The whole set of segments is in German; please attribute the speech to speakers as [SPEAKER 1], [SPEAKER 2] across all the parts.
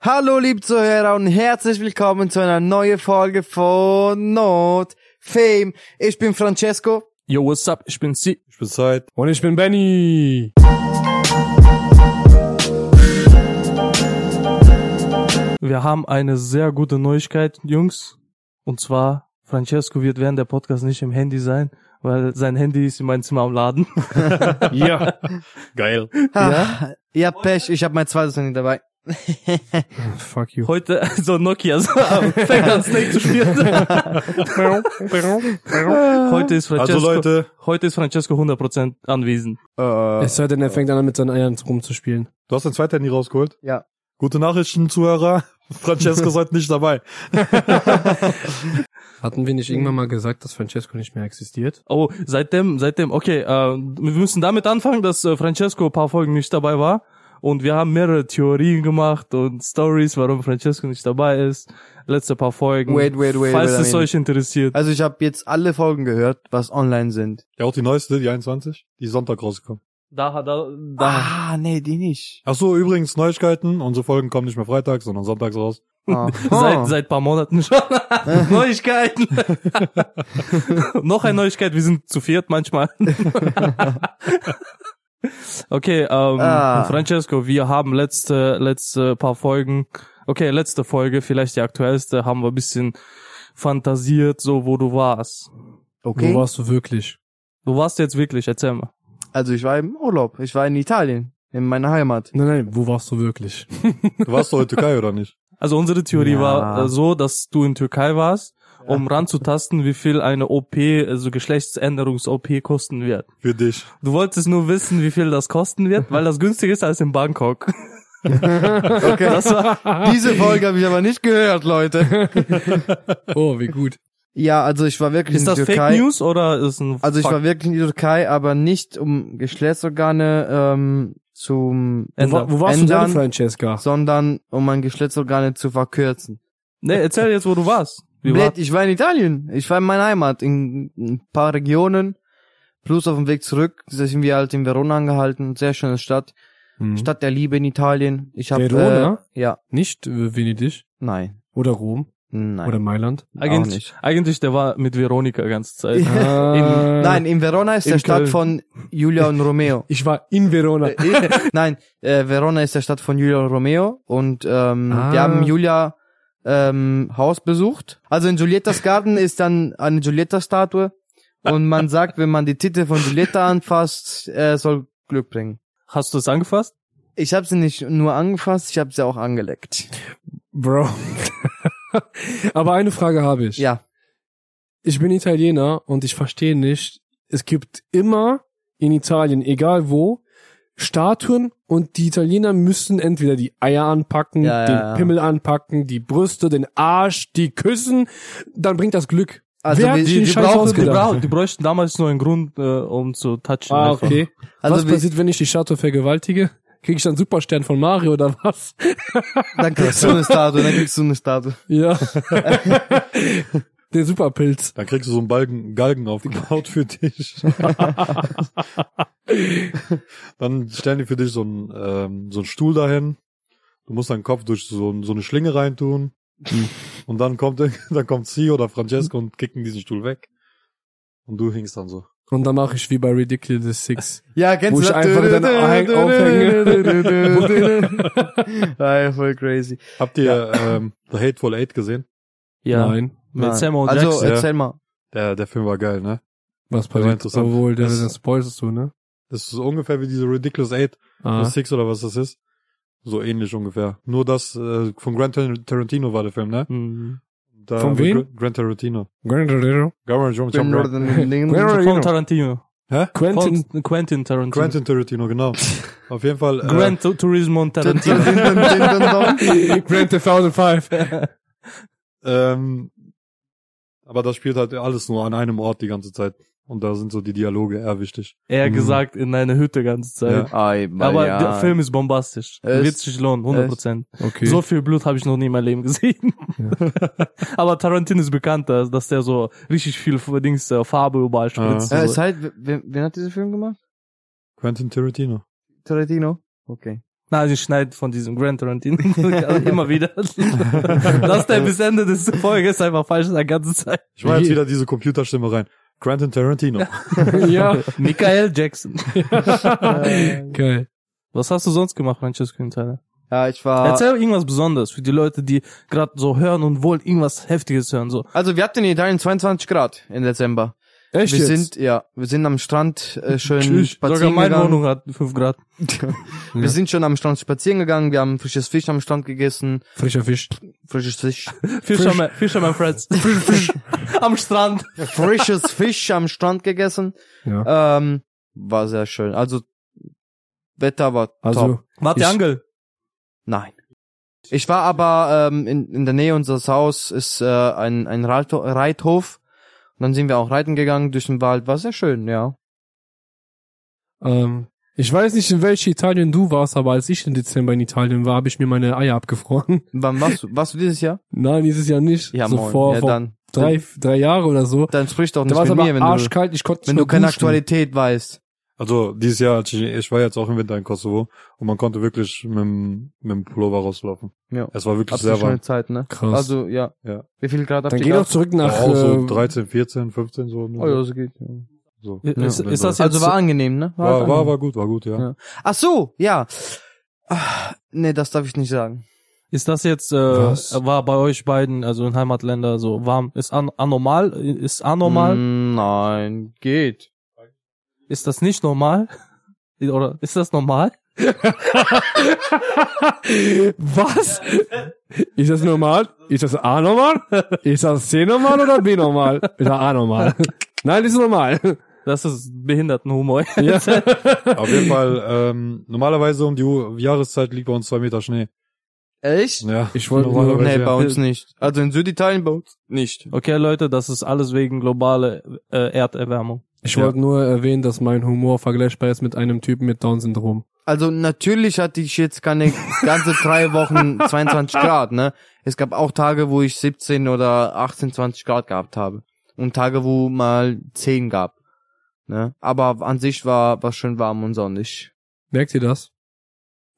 [SPEAKER 1] Hallo liebe Zuhörer und herzlich willkommen zu einer neuen Folge von Not Fame. Ich bin Francesco.
[SPEAKER 2] Yo, what's up? Ich bin Sie.
[SPEAKER 3] Ich bin Zeit.
[SPEAKER 4] Und ich bin Benny.
[SPEAKER 2] Wir haben eine sehr gute Neuigkeit, Jungs. Und zwar, Francesco wird während der Podcast nicht im Handy sein, weil sein Handy ist in meinem Zimmer am Laden.
[SPEAKER 4] Ja. Geil.
[SPEAKER 1] Ja, ja Pech, ich habe mein zweites Handy dabei.
[SPEAKER 4] Fuck you.
[SPEAKER 2] Heute so Nokia so, fängt an Snake zu spielen. Heute ist Francesco,
[SPEAKER 3] Also Leute,
[SPEAKER 2] heute ist Francesco 100% anwesend.
[SPEAKER 1] Äh,
[SPEAKER 4] Es sei denn, er fängt an, mit seinen Eiern rumzuspielen.
[SPEAKER 3] du hast dein zweites Handy rausgeholt.
[SPEAKER 1] ja.
[SPEAKER 3] Gute Nachrichten, Zuhörer. Francesco ist heute nicht dabei.
[SPEAKER 4] Hatten wir nicht irgendwann mal gesagt, dass Francesco nicht mehr existiert?
[SPEAKER 2] Oh, seitdem, seitdem, okay, äh, wir müssen damit anfangen, dass äh, Francesco ein paar Folgen nicht dabei war. Und wir haben mehrere Theorien gemacht und Stories, warum Francesco nicht dabei ist. Letzte paar Folgen.
[SPEAKER 1] Wait, wait, wait,
[SPEAKER 2] Falls
[SPEAKER 1] wait a
[SPEAKER 2] es
[SPEAKER 1] minute.
[SPEAKER 2] euch interessiert.
[SPEAKER 1] Also ich habe jetzt alle Folgen gehört, was online sind.
[SPEAKER 3] Ja, auch die neueste, die 21, die ist Sonntag rausgekommen.
[SPEAKER 2] Da, da, da.
[SPEAKER 1] Ah, nee, die nicht.
[SPEAKER 3] Ach so, übrigens Neuigkeiten. Unsere Folgen kommen nicht mehr freitags, sondern sonntags raus.
[SPEAKER 1] Ah. Oh.
[SPEAKER 2] Seit, seit paar Monaten schon. Neuigkeiten. Noch eine Neuigkeit, wir sind zu viert manchmal. okay, ähm,
[SPEAKER 1] Ah.
[SPEAKER 2] Francesco, wir haben letzte, letzte paar Folgen, okay, letzte Folge, vielleicht die aktuellste, haben wir ein bisschen fantasiert, so wo du warst.
[SPEAKER 1] okay.
[SPEAKER 4] Wo warst du wirklich?
[SPEAKER 2] Du warst jetzt wirklich, erzähl mal.
[SPEAKER 1] Also ich war im Urlaub. Ich war in Italien, in meiner Heimat.
[SPEAKER 4] Nein, nein, wo warst du wirklich?
[SPEAKER 3] Du warst doch in der Türkei, oder nicht?
[SPEAKER 2] Also unsere Theorie
[SPEAKER 1] Ja.
[SPEAKER 2] war äh, so, dass du in Türkei warst, um ranzutasten, wie viel eine OP, also Geschlechtsänderungs-OP kosten wird.
[SPEAKER 3] Für dich.
[SPEAKER 2] Du wolltest nur wissen, wie viel das kosten wird, weil das günstiger ist als in Bangkok.
[SPEAKER 1] Okay.
[SPEAKER 2] Das war,
[SPEAKER 1] Diese Folge habe ich aber nicht gehört, Leute.
[SPEAKER 4] Oh, wie gut.
[SPEAKER 1] Ja, also ich war wirklich
[SPEAKER 2] ist
[SPEAKER 1] in
[SPEAKER 2] das
[SPEAKER 1] der
[SPEAKER 2] Fake
[SPEAKER 1] Türkei.
[SPEAKER 2] News oder ist ein
[SPEAKER 1] Also ich
[SPEAKER 2] Fakt?
[SPEAKER 1] war wirklich in der Türkei, aber nicht um Geschlechtsorgane ähm, zum,
[SPEAKER 4] Wo, wa- wo warst
[SPEAKER 1] Ändern.
[SPEAKER 4] du denn, Francesca?
[SPEAKER 1] sondern um mein Geschlechtsorgane zu verkürzen.
[SPEAKER 2] Nee, erzähl jetzt, wo du warst. Wie war,
[SPEAKER 1] Blöd, ich war in Italien, ich war in meiner Heimat, in ein paar Regionen. Plus auf dem Weg zurück sind wir halt in Verona angehalten, sehr schöne Stadt,
[SPEAKER 4] Hm.
[SPEAKER 2] Mhm.
[SPEAKER 1] Stadt der Liebe in Italien. Ich hab,
[SPEAKER 4] Verona?
[SPEAKER 1] Äh, ja,
[SPEAKER 4] Nicht äh, Venedig
[SPEAKER 1] nein,
[SPEAKER 4] oder Rom
[SPEAKER 1] nein,
[SPEAKER 2] äh,
[SPEAKER 4] oder Mailand.
[SPEAKER 1] auch
[SPEAKER 2] eigentlich,
[SPEAKER 1] nicht.
[SPEAKER 2] eigentlich, der war mit Veronika ganze Zeit.
[SPEAKER 4] Ah.
[SPEAKER 1] Nein, in Verona ist
[SPEAKER 2] in
[SPEAKER 1] der Stadt
[SPEAKER 2] Köln.
[SPEAKER 1] von Julia und Romeo.
[SPEAKER 4] Ich war in Verona.
[SPEAKER 1] Nein, äh, Verona ist der Stadt von Julia und Romeo und ähm,
[SPEAKER 4] Ah.
[SPEAKER 1] wir haben Julia ähm, Haus besucht. Also in Giuliettas Garten ist dann eine Giulietta-Statue und man sagt, wenn man die Titel von Giulietta anfasst, äh, soll Glück bringen.
[SPEAKER 2] Hast du es angefasst?
[SPEAKER 1] Ich habe sie nicht nur angefasst, ich habe sie auch angeleckt.
[SPEAKER 4] Bro. Aber eine Frage habe ich.
[SPEAKER 1] Ja,
[SPEAKER 4] ich bin Italiener und ich verstehe nicht, es gibt immer in Italien, egal wo, Statuen und die Italiener müssen entweder die Eier anpacken,
[SPEAKER 1] Ja, ja,
[SPEAKER 4] den
[SPEAKER 1] ja.
[SPEAKER 4] Pimmel anpacken, die Brüste, den Arsch, die küssen, dann bringt das Glück.
[SPEAKER 1] Also
[SPEAKER 4] Wer
[SPEAKER 1] die-
[SPEAKER 4] hat
[SPEAKER 1] die-
[SPEAKER 4] sich den
[SPEAKER 2] die,
[SPEAKER 4] Scheiß
[SPEAKER 2] brauchen,
[SPEAKER 1] Genau.
[SPEAKER 2] die,
[SPEAKER 4] ausgedacht?
[SPEAKER 2] brauchen, die bräuchten damals nur einen Grund, äh, um zu touchen.
[SPEAKER 4] Ah,
[SPEAKER 2] einfach.
[SPEAKER 4] okay.
[SPEAKER 1] Also
[SPEAKER 4] was
[SPEAKER 1] wir-
[SPEAKER 4] passiert, wenn ich die Statue vergewaltige? Krieg ich dann Superstern von Mario oder was?
[SPEAKER 1] dann kriegst du eine Statue, dann kriegst du eine Statue.
[SPEAKER 4] Ja. den Superpilz.
[SPEAKER 3] Dann kriegst du so einen Balken, Galgen aufgebaut für dich. dann stellen die für dich so einen, ähm, so einen Stuhl dahin. Du musst deinen Kopf durch so, ein- so eine Schlinge reintun. Und dann kommt, dann kommt sie oder Francesco und kicken diesen Stuhl weg. Und du hingst dann so.
[SPEAKER 4] Und dann mache ich wie bei Ridiculous Six.
[SPEAKER 1] Ja, kennst
[SPEAKER 4] Wo
[SPEAKER 1] du
[SPEAKER 4] ich einfach dann ein-
[SPEAKER 1] aufhänge. ja, voll crazy.
[SPEAKER 3] Habt ihr ähm, The Hateful Eight gesehen?
[SPEAKER 2] Ja.
[SPEAKER 4] Nein.
[SPEAKER 2] Mit
[SPEAKER 1] Nein.
[SPEAKER 2] Samuel
[SPEAKER 1] also
[SPEAKER 2] Jackson.
[SPEAKER 1] erzähl mal.
[SPEAKER 3] Der, der Film war geil, ne?
[SPEAKER 4] Was
[SPEAKER 3] war
[SPEAKER 4] passiert?
[SPEAKER 3] interessant.
[SPEAKER 4] Obwohl, das,
[SPEAKER 3] Das-
[SPEAKER 4] das spoilst du, ne?
[SPEAKER 3] Das ist so ungefähr wie diese Ridiculous Eight,
[SPEAKER 4] Ah.
[SPEAKER 3] Six oder was das ist. So ähnlich ungefähr. Nur das äh, von Grant Tar- Tarantino war der Film, ne?
[SPEAKER 2] Mhm.
[SPEAKER 3] Da
[SPEAKER 4] Von
[SPEAKER 3] mit
[SPEAKER 4] wem?
[SPEAKER 3] Gra- Grant Tarantino.
[SPEAKER 4] Quentin
[SPEAKER 3] Garage Jones Grant
[SPEAKER 2] Von Tarantino.
[SPEAKER 3] Hä?
[SPEAKER 2] Von Quentin Tarantino.
[SPEAKER 3] Quentin Tarantino, genau. Auf jeden Fall. Äh,
[SPEAKER 2] Gran Turismo und Tarantino.
[SPEAKER 4] Grand 1005.
[SPEAKER 3] Ähm, aber das spielt halt alles nur an einem Ort die ganze Zeit. Und da sind so die Dialoge eher wichtig.
[SPEAKER 2] Eher
[SPEAKER 1] Hm.
[SPEAKER 4] Mhm.
[SPEAKER 2] gesagt, in einer Hütte ganze Zeit. Aber der Film ist bombastisch.
[SPEAKER 1] Es-
[SPEAKER 2] Wird sich lohnen, 100 Prozent.
[SPEAKER 4] Okay.
[SPEAKER 2] So viel Blut habe ich noch nie in meinem Leben gesehen. Aber Tarantino ist bekannt, dass dass der so richtig viel Dings, äh, Farbe
[SPEAKER 4] Ah.
[SPEAKER 2] überall spritzt.
[SPEAKER 1] Ja,
[SPEAKER 2] und
[SPEAKER 1] Äh, ist
[SPEAKER 2] so.
[SPEAKER 1] halt, wen, wen hat dieser Film gemacht?
[SPEAKER 3] Quentin Tarantino.
[SPEAKER 1] Tarantino? Okay.
[SPEAKER 2] Nein, ich schneide von diesem Grand Tarantino also immer wieder. Lass der bis Ende des Folges einfach falsch sein, ganze Zeit.
[SPEAKER 3] Ich mache jetzt wieder diese Computerstimme rein. Quentin Tarantino.
[SPEAKER 4] ja.
[SPEAKER 2] Michael Jackson.
[SPEAKER 4] Geil.
[SPEAKER 2] Was hast du sonst gemacht, Francesco Quintana?
[SPEAKER 1] Ja, ich war.
[SPEAKER 2] Erzähl irgendwas Besonderes für die Leute, die gerade so hören und wollen irgendwas Heftiges hören. So,
[SPEAKER 1] Also wir hatten in Italien 22 Grad im Dezember.
[SPEAKER 4] Echt
[SPEAKER 1] wir
[SPEAKER 4] jetzt?
[SPEAKER 1] sind ja, wir sind am Strand äh, schön
[SPEAKER 2] Sogar
[SPEAKER 1] spazieren
[SPEAKER 2] meine
[SPEAKER 1] gegangen.
[SPEAKER 2] Wohnung hat fünf Grad.
[SPEAKER 1] Wir sind schon am Strand spazieren gegangen. Wir haben frisches Fisch am Strand gegessen,
[SPEAKER 4] Frischer Fisch.
[SPEAKER 1] frisches Fisch,
[SPEAKER 2] Fisherman, Fisherman Friends. Am Strand.
[SPEAKER 1] frisches Fisch am Strand gegessen.
[SPEAKER 4] Ja.
[SPEAKER 1] Ähm, war sehr schön. Also Wetter war top.
[SPEAKER 4] Also,
[SPEAKER 2] Warte,
[SPEAKER 4] Ich-
[SPEAKER 2] Angel.
[SPEAKER 1] Nein. Ich war aber ähm, in, in der Nähe unseres Haus ist äh, ein, ein Reitho- Reithof. Und dann sind wir auch reiten gegangen durch den Wald. War sehr schön, ja.
[SPEAKER 4] ähm, ich weiß nicht, in welche Italien du warst, aber als ich im Dezember in Italien war, habe ich mir meine Eier abgefroren.
[SPEAKER 1] Wann warst du? Warst du dieses Jahr?
[SPEAKER 4] Nein, dieses Jahr nicht.
[SPEAKER 1] Ja,
[SPEAKER 4] so
[SPEAKER 1] moin.
[SPEAKER 4] vor,
[SPEAKER 1] ja,
[SPEAKER 4] vor
[SPEAKER 1] dann,
[SPEAKER 4] drei, drei Jahre oder so.
[SPEAKER 1] dann sprich doch
[SPEAKER 4] Da
[SPEAKER 1] nicht
[SPEAKER 4] war es
[SPEAKER 1] mit
[SPEAKER 4] aber
[SPEAKER 1] mir, wenn du,
[SPEAKER 4] arschkalt, ich konnte nicht
[SPEAKER 1] wenn
[SPEAKER 4] mal
[SPEAKER 1] du keine
[SPEAKER 4] duschen.
[SPEAKER 1] Aktualität weißt.
[SPEAKER 3] Also dieses Jahr, als ich, ich war jetzt auch im Winter in Kosovo und man konnte wirklich mit, dem- mit dem Pullover rauslaufen.
[SPEAKER 1] Ja.
[SPEAKER 3] Es war wirklich
[SPEAKER 1] Habt ihr
[SPEAKER 3] sehr warm.
[SPEAKER 1] schöne Zeit, ne?
[SPEAKER 4] Krass.
[SPEAKER 1] Also, ja.
[SPEAKER 3] Ja.
[SPEAKER 1] Wie viel Grad habt
[SPEAKER 4] Dann
[SPEAKER 1] ihr
[SPEAKER 4] geh doch
[SPEAKER 1] gehabt?
[SPEAKER 4] zurück nach,
[SPEAKER 3] auch so
[SPEAKER 4] äh,
[SPEAKER 3] 13, 14, 15 so.
[SPEAKER 1] Oh ja, so geht. ja.
[SPEAKER 3] so.
[SPEAKER 2] Ist,
[SPEAKER 3] Ja,
[SPEAKER 2] ist das jetzt,
[SPEAKER 1] Also war angenehm, ne?
[SPEAKER 3] war,
[SPEAKER 1] halt
[SPEAKER 3] war,
[SPEAKER 1] angenehm.
[SPEAKER 3] war gut, war gut, ja.
[SPEAKER 1] Ja. Ach so, ja. Ah, nee, das darf ich nicht sagen.
[SPEAKER 2] ist das jetzt, äh,
[SPEAKER 4] Was?
[SPEAKER 2] war bei euch beiden, also in Heimatländer so warm? Ist an, anormal? Ist anormal?
[SPEAKER 1] Mm, Nein, geht.
[SPEAKER 2] Ist das nicht normal? Oder ist das normal?
[SPEAKER 4] Was? Ist das normal? Ist das A normal? Ist das C normal oder B normal? Ist das A normal? Nein, ist normal.
[SPEAKER 2] Das ist Behindertenhumor.
[SPEAKER 4] Ja.
[SPEAKER 3] Auf jeden Fall, ähm, normalerweise um die Uhr- Jahreszeit liegt bei uns zwei Meter Schnee.
[SPEAKER 1] Echt?
[SPEAKER 3] Ja.
[SPEAKER 4] Ich wollte nur-
[SPEAKER 3] Normalerweise,
[SPEAKER 1] Oh, Nee, bei
[SPEAKER 3] ja.
[SPEAKER 1] uns nicht. Also in Süditalien bei uns nicht.
[SPEAKER 2] Okay, Leute, das ist alles wegen globale äh, Erderwärmung.
[SPEAKER 4] Ich wollte nur erwähnen, dass mein Humor vergleichbar ist mit einem Typen mit Down-Syndrom.
[SPEAKER 1] Also natürlich hatte ich jetzt keine ganze drei Wochen 22 Grad, ne? Es gab auch Tage, wo ich 17 oder 18, 20 Grad gehabt habe. Und Tage, wo mal 10 gab. Ne? Aber an sich war, war schön warm und sonnig.
[SPEAKER 4] Merkt ihr das?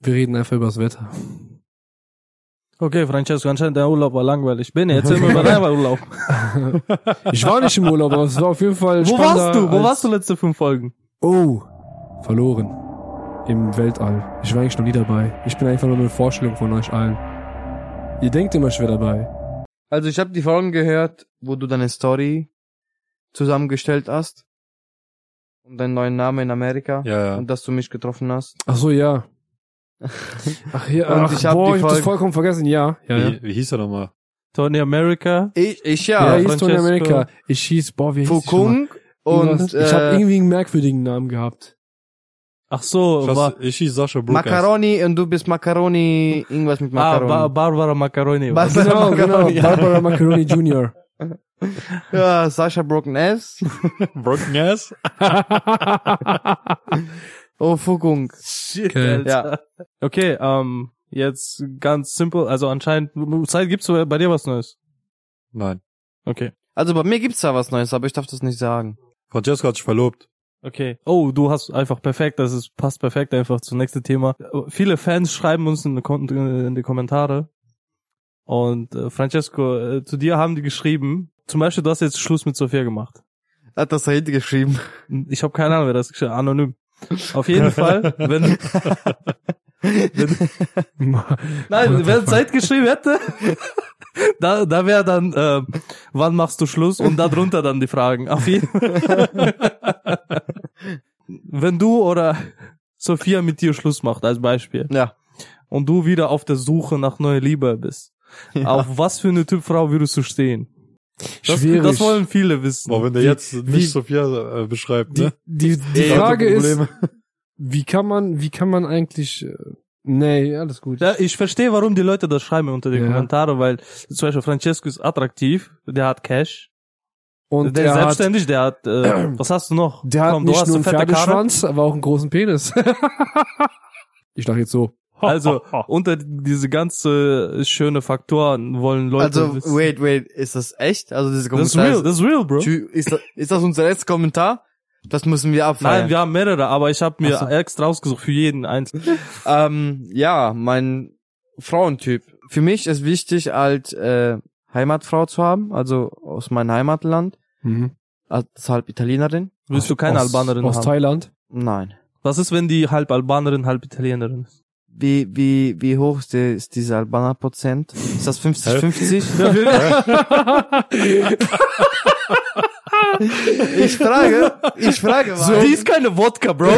[SPEAKER 4] Wir reden einfach übers Wetter.
[SPEAKER 2] Okay, Francesco, anscheinend der Urlaub war langweilig. Bin jetzt immer über deinen Urlaub.
[SPEAKER 4] Ich war nicht im Urlaub, aber es war auf jeden Fall
[SPEAKER 2] Wo
[SPEAKER 4] spannender
[SPEAKER 2] warst du? Wo
[SPEAKER 4] als-
[SPEAKER 2] warst du letzte fünf Folgen?
[SPEAKER 4] Oh, verloren. Im Weltall. Ich war eigentlich noch nie dabei. Ich bin einfach nur eine Vorstellung von euch allen. Ihr denkt immer, ich wäre dabei.
[SPEAKER 1] Also ich habe die Folgen gehört, wo du deine Story zusammengestellt hast. Und deinen neuen Namen in Amerika.
[SPEAKER 3] Ja, ja.
[SPEAKER 1] Und dass du mich getroffen hast.
[SPEAKER 4] Ach so, ja. Ach ja,
[SPEAKER 1] Und
[SPEAKER 4] ach,
[SPEAKER 1] ich hab
[SPEAKER 4] boah,
[SPEAKER 1] die
[SPEAKER 4] ich hab das
[SPEAKER 1] Folge-
[SPEAKER 4] vollkommen vergessen. Ja, ja, ja.
[SPEAKER 3] Wie, wie hieß er nochmal?
[SPEAKER 2] Tony America.
[SPEAKER 1] Ich, ich
[SPEAKER 4] Ja,
[SPEAKER 1] ja.
[SPEAKER 4] ja Eastern
[SPEAKER 2] Francesco.
[SPEAKER 4] America. Ich hieß, boah, wie hieß
[SPEAKER 1] Fukung
[SPEAKER 4] ich nochmal? Irgendwas-
[SPEAKER 1] und
[SPEAKER 4] ich hab
[SPEAKER 1] äh,
[SPEAKER 4] irgendwie einen merkwürdigen Namen gehabt.
[SPEAKER 2] Ach so,
[SPEAKER 3] Ich,
[SPEAKER 2] war,
[SPEAKER 3] weiß, ich hieß Sascha Brook.
[SPEAKER 1] Macaroni und du bist Macaroni, irgendwas mit
[SPEAKER 2] ah, ba
[SPEAKER 1] Macaroni.
[SPEAKER 2] Barbara Macaroni.
[SPEAKER 1] Ba-
[SPEAKER 2] Was?
[SPEAKER 4] Genau, genau.
[SPEAKER 1] Macaroni, ja.
[SPEAKER 4] Barbara Macaroni Jr.
[SPEAKER 1] ja, Sascha Broken S.
[SPEAKER 3] Broken Ass?
[SPEAKER 1] Oh, Fukung.
[SPEAKER 2] Shit,
[SPEAKER 4] Okay.
[SPEAKER 2] Alter. Okay, ähm, jetzt ganz simpel. Also anscheinend, Zeit gibt's bei dir was Neues.
[SPEAKER 3] Nein.
[SPEAKER 2] Okay.
[SPEAKER 1] Also bei mir gibt's da was Neues, aber ich darf das nicht sagen.
[SPEAKER 3] Francesco hat sich verlobt.
[SPEAKER 2] Okay. Oh, du hast einfach perfekt, das ist, passt perfekt einfach zum nächsten Thema. Äh, Viele Fans schreiben uns in die, Kon äh, in die Kommentare. Und äh, Francesco, äh, zu dir haben die geschrieben, zum Beispiel, du hast jetzt Schluss mit Sophia gemacht.
[SPEAKER 1] Hat das Said geschrieben.
[SPEAKER 2] Ich habe keine Ahnung, wer das geschrieben hat, anonym. Auf jeden Fall, wenn, nein, wer Zeit geschrieben hätte, da, da wäre dann, äh, wann machst du Schluss und darunter dann die Fragen. Auf jeden Wenn du oder Sophia mit dir Schluss macht, als Beispiel.
[SPEAKER 1] Ja.
[SPEAKER 2] und du wieder auf der Suche nach neuer Liebe bist, auf was für eine Typ Frau würdest du stehen? Das,
[SPEAKER 4] Schwierig.
[SPEAKER 2] das wollen viele wissen.
[SPEAKER 3] Boah, wenn der
[SPEAKER 4] Wie-
[SPEAKER 3] jetzt nicht
[SPEAKER 4] wie-
[SPEAKER 3] Sophia äh, beschreibt,
[SPEAKER 4] die,
[SPEAKER 3] ne?
[SPEAKER 4] die, die
[SPEAKER 3] Leute,
[SPEAKER 4] Frage ist,
[SPEAKER 3] Probleme.
[SPEAKER 4] wie kann man, wie kann man eigentlich, äh, nee, alles gut.
[SPEAKER 2] Ja, ich verstehe, warum die Leute das schreiben unter die
[SPEAKER 4] Ja.
[SPEAKER 2] Kommentare, weil zum Beispiel Francesco ist attraktiv, der hat Cash,
[SPEAKER 4] Und
[SPEAKER 2] der ist
[SPEAKER 4] er hat,
[SPEAKER 2] selbstständig, der hat, äh, was hast du noch?
[SPEAKER 4] der hat
[SPEAKER 2] Komm, du
[SPEAKER 4] nicht
[SPEAKER 2] hast
[SPEAKER 4] nur einen
[SPEAKER 2] eine fette Karre.
[SPEAKER 4] Pferdeschwanz, aber auch einen großen Penis. ich lach jetzt so.
[SPEAKER 2] Also unter diese ganze schöne Faktoren wollen Leute
[SPEAKER 1] Also,
[SPEAKER 2] wissen.
[SPEAKER 1] wait, wait, ist das echt? Also diese
[SPEAKER 2] das ist
[SPEAKER 1] Kommentare.
[SPEAKER 2] real, das ist real, bro.
[SPEAKER 1] Tschü- Ist das, ist das unser letztes Kommentar? Das müssen wir abfeiern.
[SPEAKER 2] Nein, wir haben mehrere, aber ich habe mir
[SPEAKER 1] Ach so.
[SPEAKER 2] extra ausgesucht für jeden einzelnen.
[SPEAKER 1] ähm, ja, mein Frauentyp. Für mich ist wichtig, halt äh, Heimatfrau zu haben, also aus meinem Heimatland,
[SPEAKER 3] Mhm.
[SPEAKER 1] also halb Italienerin.
[SPEAKER 2] Willst du keine
[SPEAKER 4] aus,
[SPEAKER 2] Albanerin
[SPEAKER 4] aus
[SPEAKER 2] haben?
[SPEAKER 4] Thailand.
[SPEAKER 1] Nein.
[SPEAKER 2] Was ist, wenn die halb Albanerin, halb Italienerin ist?
[SPEAKER 1] Wie, wie, wie hoch ist die- ist dieser Albaner-Prozent? Ist das 50-50? ich frage, ich frage mal.
[SPEAKER 2] Die ist keine Wodka, Bro.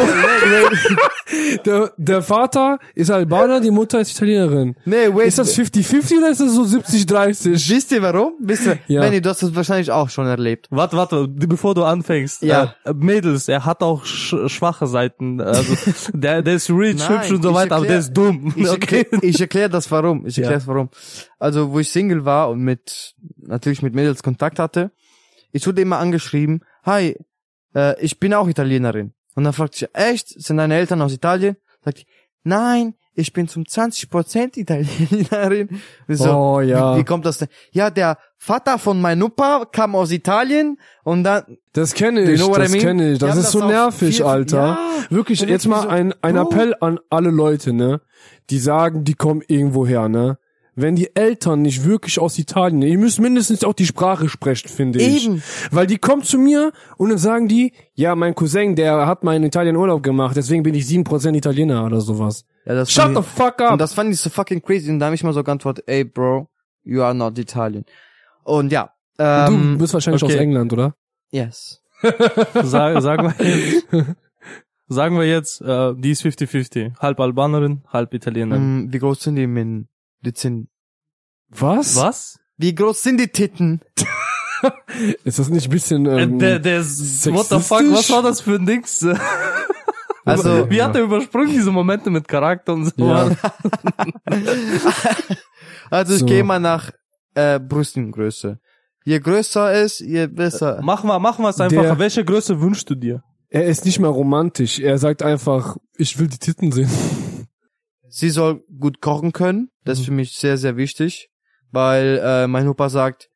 [SPEAKER 4] Der, der Vater ist Albaner, die Mutter ist Italienerin.
[SPEAKER 1] nee, wait.
[SPEAKER 4] Ist das 50-50 oder ist das so 70-30?
[SPEAKER 1] Wisst ihr warum? Wisst ihr,
[SPEAKER 4] Ja.
[SPEAKER 1] Benny, du hast das wahrscheinlich auch schon erlebt.
[SPEAKER 2] Warte, warte, bevor du anfängst.
[SPEAKER 1] Ja.
[SPEAKER 2] Äh, Mädels, er hat auch sch schwache Seiten. Also, der, der ist rich,
[SPEAKER 1] Nein,
[SPEAKER 2] hübsch und so
[SPEAKER 1] ich
[SPEAKER 2] weiter, aber der
[SPEAKER 1] erklär-
[SPEAKER 2] ist dumm.
[SPEAKER 1] Ich,
[SPEAKER 2] okay.
[SPEAKER 1] erklär- ich erkläre das warum. Ich
[SPEAKER 2] Ja.
[SPEAKER 1] erkläre das warum. Also, wo ich Single war und mit natürlich mit Mädels Kontakt hatte, ich wurde immer angeschrieben, hi, äh, ich bin auch Italienerin. Und dann fragte ich, echt? Sind deine Eltern aus Italien? Sagt ich, nein, ich bin zum 20% Italienerin. Und ich so,
[SPEAKER 4] Oh ja.
[SPEAKER 1] Wie, wie kommt das denn? Ja, der Vater von meinem Opa kam aus Italien und dann,
[SPEAKER 4] Das kenne
[SPEAKER 1] Do you
[SPEAKER 4] ich,
[SPEAKER 1] know what
[SPEAKER 4] das
[SPEAKER 1] I mean?
[SPEAKER 4] kenne ich.
[SPEAKER 1] Die
[SPEAKER 4] Das
[SPEAKER 1] haben
[SPEAKER 4] ist
[SPEAKER 1] das
[SPEAKER 4] so
[SPEAKER 1] auf
[SPEAKER 4] nervig,
[SPEAKER 1] vier-
[SPEAKER 4] Alter.
[SPEAKER 1] Ja.
[SPEAKER 4] Wirklich,
[SPEAKER 1] Und Oh. ich
[SPEAKER 4] jetzt mal
[SPEAKER 1] so,
[SPEAKER 4] ein, ein
[SPEAKER 1] Bro.
[SPEAKER 4] Appell an alle Leute, ne? Die sagen, die kommen irgendwo her, ne? Wenn die Eltern nicht wirklich aus Italien, ihr müsst mindestens auch die Sprache sprechen, finde
[SPEAKER 1] Eben.
[SPEAKER 4] ich. Weil die kommen zu mir und dann sagen die, ja, mein Cousin, der hat mal in Italien Urlaub gemacht, deswegen bin ich 7% Italiener oder sowas.
[SPEAKER 1] ja, das
[SPEAKER 4] Shut
[SPEAKER 1] fand
[SPEAKER 4] the
[SPEAKER 1] ich-
[SPEAKER 4] fuck
[SPEAKER 1] Und
[SPEAKER 4] up!
[SPEAKER 1] das fand ich so fucking crazy. Und da habe ich mal so geantwortet, ey Bro, you are not Italian. Und ja, ähm,
[SPEAKER 4] du bist wahrscheinlich
[SPEAKER 2] okay.
[SPEAKER 4] aus England, oder?
[SPEAKER 1] yes.
[SPEAKER 2] Sag, sagen wir jetzt, sagen wir jetzt äh, die ist 50-50. Halb Albanerin, halb Italienerin.
[SPEAKER 1] Ähm, wie groß sind die mit die Zinn?
[SPEAKER 4] Was?
[SPEAKER 2] Was?
[SPEAKER 1] Wie groß sind die Titten?
[SPEAKER 4] Ist das nicht ein bisschen,
[SPEAKER 2] Äh,
[SPEAKER 4] ähm,
[SPEAKER 2] der, der ist, what the fuck, was
[SPEAKER 4] sexistisch?
[SPEAKER 2] war das für ein Dings?
[SPEAKER 1] Also,
[SPEAKER 2] Wie hat er übersprungen diese Momente mit Charakter und so?
[SPEAKER 1] Oh.
[SPEAKER 4] ja.
[SPEAKER 1] also ich
[SPEAKER 4] So.
[SPEAKER 1] gehe mal nach äh, Brüstengröße. Je größer ist, je besser.
[SPEAKER 2] Mach mal, mach mal es einfach.
[SPEAKER 4] Der-
[SPEAKER 2] Welche Größe wünschst du dir?
[SPEAKER 4] Er ist nicht mehr romantisch. Er sagt einfach, ich will die Titten sehen.
[SPEAKER 1] Sie soll gut kochen können. Das ist für mich sehr, sehr wichtig. Weil äh, mein Opa sagt,